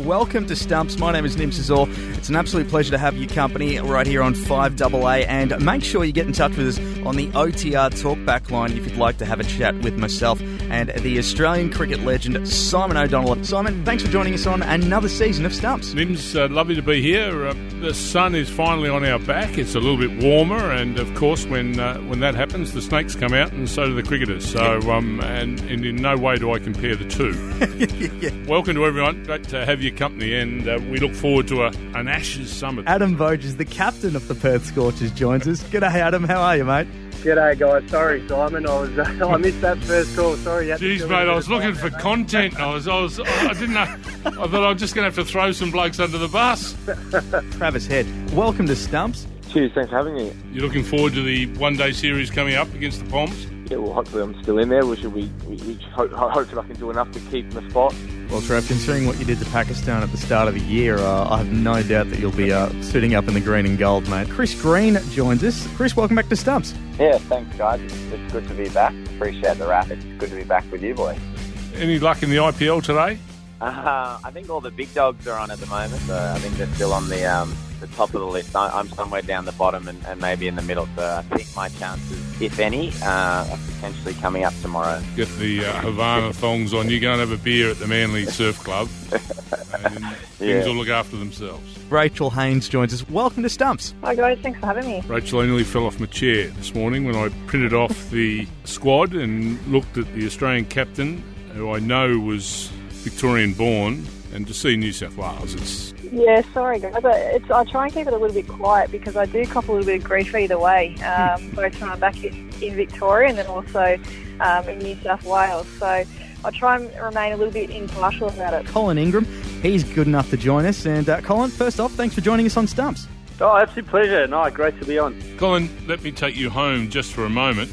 Welcome to Stumps. My name is Nim Sazor. It's an absolute pleasure to have you company right here on 5AA. And make sure you get in touch with us on the OTR Talkback line if you'd like to have a chat with myself and the Australian cricket legend Simon O'Donnell. Simon, thanks for joining us on another season of Stumps. Nims, uh, lovely to be here. Uh, the sun is finally on our back. It's a little bit warmer, and of course, when uh, when that happens, the snakes come out, and so do the cricketers. So, um, and, and in no way do I compare the two. Welcome to everyone. Great to have your company, and uh, we look forward to a, an Ashes summit. Adam Voges, the captain of the Perth Scorchers, joins us. G'day, Adam. How are you, mate? G'day, guys. Sorry, Simon. I was uh, I missed that first call. Sorry. you had to Jeez, fill in a mate, bit I was of looking time for there, mate. content. I was, I was, I didn't know. I thought I'm just going to have to throw some blokes under the bus. Travis Head. Welcome to Stumps. Cheers, thanks for having me. You're looking forward to the one-day series coming up against the Poms. Yeah, well, hopefully I'm still in there. We should we, we, we hope, hopefully I can do enough to keep the spot. Well, Trav, considering what you did to Pakistan at the start of the year, uh, I have no doubt that you'll be uh, sitting up in the green and gold, mate. Chris Green joins us. Chris, welcome back to Stumps. Yeah, thanks, guys. It's, it's good to be back. Appreciate the wrap. It's good to be back with you, boys. Any luck in the IPL today? Uh, I think all the big dogs are on at the moment, so I think they're still on the um, the top of the list. I, I'm somewhere down the bottom and, and maybe in the middle, so I think my chances, if any, uh, are potentially coming up tomorrow. Get the uh, Havana thongs on. You go and have a beer at the Manly Surf Club, and Yeah. things will look after themselves. Rachel Haynes joins us. Welcome to Stumps. Hi guys, thanks for having me. Rachel, I nearly fell off my chair this morning when I printed off the squad and looked at the Australian captain, who I know was Victorian born, and to see New South Wales, it's Yeah, sorry guys, I, it's, I try and keep it a little bit quiet because I do cop a little bit of grief either way, um, both when I'm back in, in Victoria and then also um, in New South Wales. So I try and remain a little bit impartial about it. Colin Ingram, he's good enough to join us. And uh, Colin, first off, thanks for joining us on Stumps. Oh, absolute pleasure. No, great to be on. Colin, let me take you home just for a moment.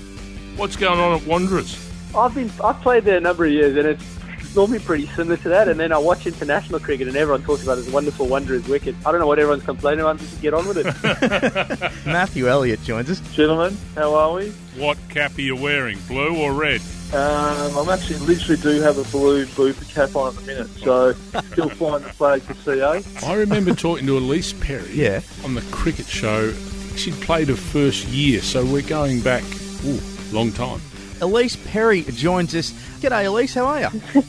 What's going on at Wanderers? I've been I've played there a number of years, and it's normally pretty similar to that. And then I watch international cricket, and everyone talks about this wonderful wonder is wicked. I don't know what everyone's complaining about. Just get on with it, Matthew Elliott joins us. gentlemen. How are we? What cap are you wearing, blue or red? Um, I'm actually literally do have a blue booper cap on at the minute, so still flying the flag for CA. I remember talking to Elise Perry Yeah. on the cricket show. I think she'd played her first year, so we're going back ooh, long time. Elise Perry joins us. G'day, Elise. How are you?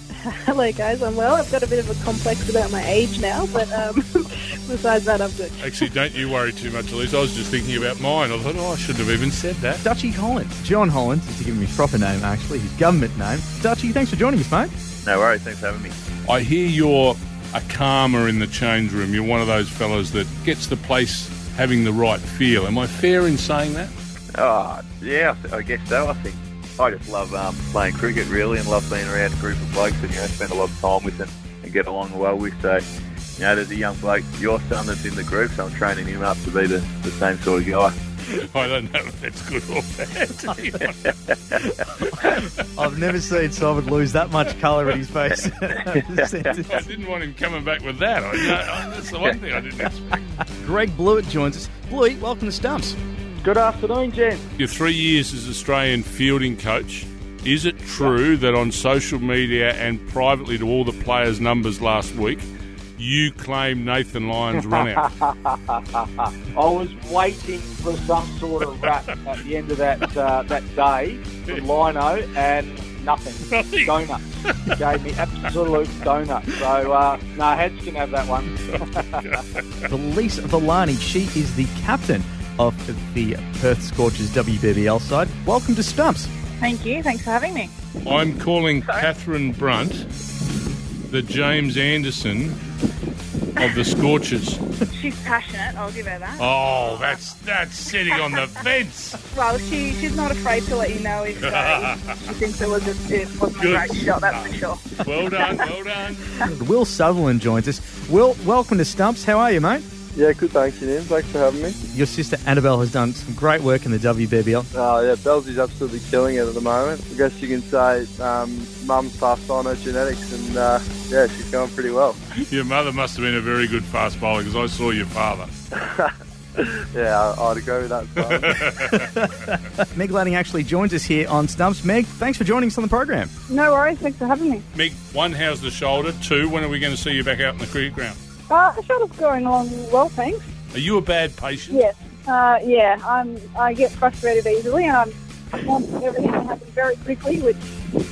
Hello guys, I'm well. I've got a bit of a complex about my age now, but um, besides that, I'm good. Actually, don't you worry too much, Elise. I was just thinking about mine. I thought, oh, I shouldn't have even said that. Dutchy Hollins. John Hollins is to give him his proper name, actually, his government name. Dutchy, thanks for joining us, mate. No worries. Thanks for having me. I hear you're a calmer in the change room. You're one of those fellows that gets the place having the right feel. Am I fair in saying that? Oh, yeah, I guess so. I think I just love um, playing cricket, really, and love being around a group of blokes that, you know, spend a lot of time with and, and get along well with. So, you know, there's a young bloke, your son, that's in the group, so I'm training him up to be the, the same sort of guy. I don't know if that's good or bad. to be honest. I've never seen Simon lose that much colour in his face. I didn't want him coming back with that. I, I, that's the one thing I didn't expect. Greg Blewett joins us. Bluey, welcome to Stumps. Good afternoon, gents. Your three years as Australian fielding coach. Is it true that on social media and privately to all the players' numbers last week, you claim Nathan Lyons run out? I was waiting for some sort of rap at the end of that uh, that day from Lino, and nothing. Nothing. Donuts gave me absolute donuts. So uh, no, Heads can have that one. Elise Villani, she is the captain of the Perth Scorchers WBBL side. Welcome to Stumps. Thank you, thanks for having me. I'm calling Catherine Brunt, the James Anderson of the Scorchers. She's passionate. I'll give her that. Oh, that's that's sitting on the fence. Well, she she's not afraid to let you know if, uh, if she thinks it was a, it wasn't Good. a great shot. That's for sure. Well done, well done. Will Sutherland joins us. Will, welcome to Stumps. How are you, mate? Yeah, good. Thanks, Ian. Thanks for having me. Your sister Annabelle has done some great work in the WBBL. Oh, yeah, Belzy's absolutely killing it at the moment. I guess you can say um, mum's passed on her genetics and, uh, yeah, she's going pretty well. Your mother must have been a very good fast bowler because I saw your father. Yeah, I- I'd agree with that. Simon. Meg Lanning actually joins us here on Stumps. Meg, thanks for joining us on the program. No worries. Thanks for having me. Mick, one, how's the shoulder? Two, when are we going to see you back out in the cricket ground? Uh, the shot is going along well, thanks. Are you a bad patient? Yes. Uh, yeah, I'm, I get frustrated easily. Um, I want everything to happen very quickly, which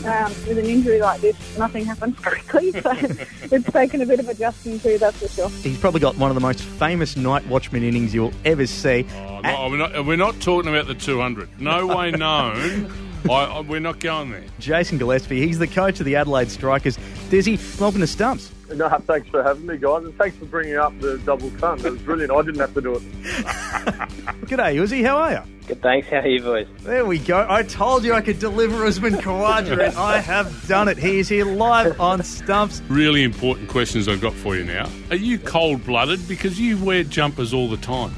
um, with an injury like this, nothing happens quickly. So it's taken a bit of adjusting to, that's for sure. He's probably got one of the most famous night watchman innings you'll ever see. Oh, no, we're, not, we're not talking about the 200. No way known. I, I, we're not going there. Jason Gillespie, he's the coach of the Adelaide Strikers. Dizzy, welcome to Stumps. no, thanks for having me, guys, and thanks for bringing up the double ton. That was brilliant. I didn't have to do it. G'day, Uzi. How are you? Good, thanks. How are you, boys? There we go. I told you I could deliver Usman Khawaja, and I have done it. He is here live on Stumps. Really important questions I've got for you now. Are you cold blooded? Because you wear jumpers all the time.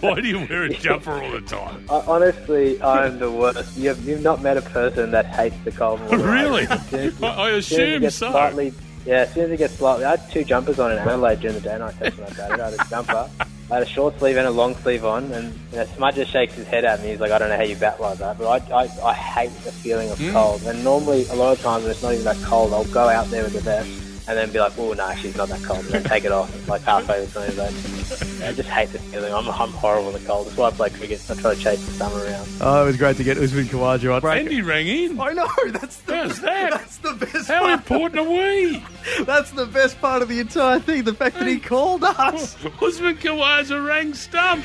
Why do you wear a jumper all the time? I, honestly, I'm the worst. You've, you've not met a person that hates the cold more. than I Really? do. As soon as you- I- I as soon as it assume gets so. Slightly, yeah, as soon as it gets slightly, I had two jumpers on in Adelaide during the day, and I texted my dad. I had a jumper, I had a short sleeve and a long sleeve on, and you know, Smudge just shakes his head at me. He's like, "I don't know how you bat like that," but I, I, I hate the feeling of cold. And normally, a lot of times, when it's not even that cold, I'll go out there with the vest. And then be like, oh, no, she's not that cold. And then take it off, like halfway or something. Like, I just hate the feeling. I'm, I'm horrible in the cold. That's why I play cricket. I try to chase the summer around. Oh, it was great to get Usman Khawaja on. Andy rang in. I know that's the How's that? that's the best How part. important are we? That's the best part of the entire thing. The fact that he called us. Usman Khawaja rang stump.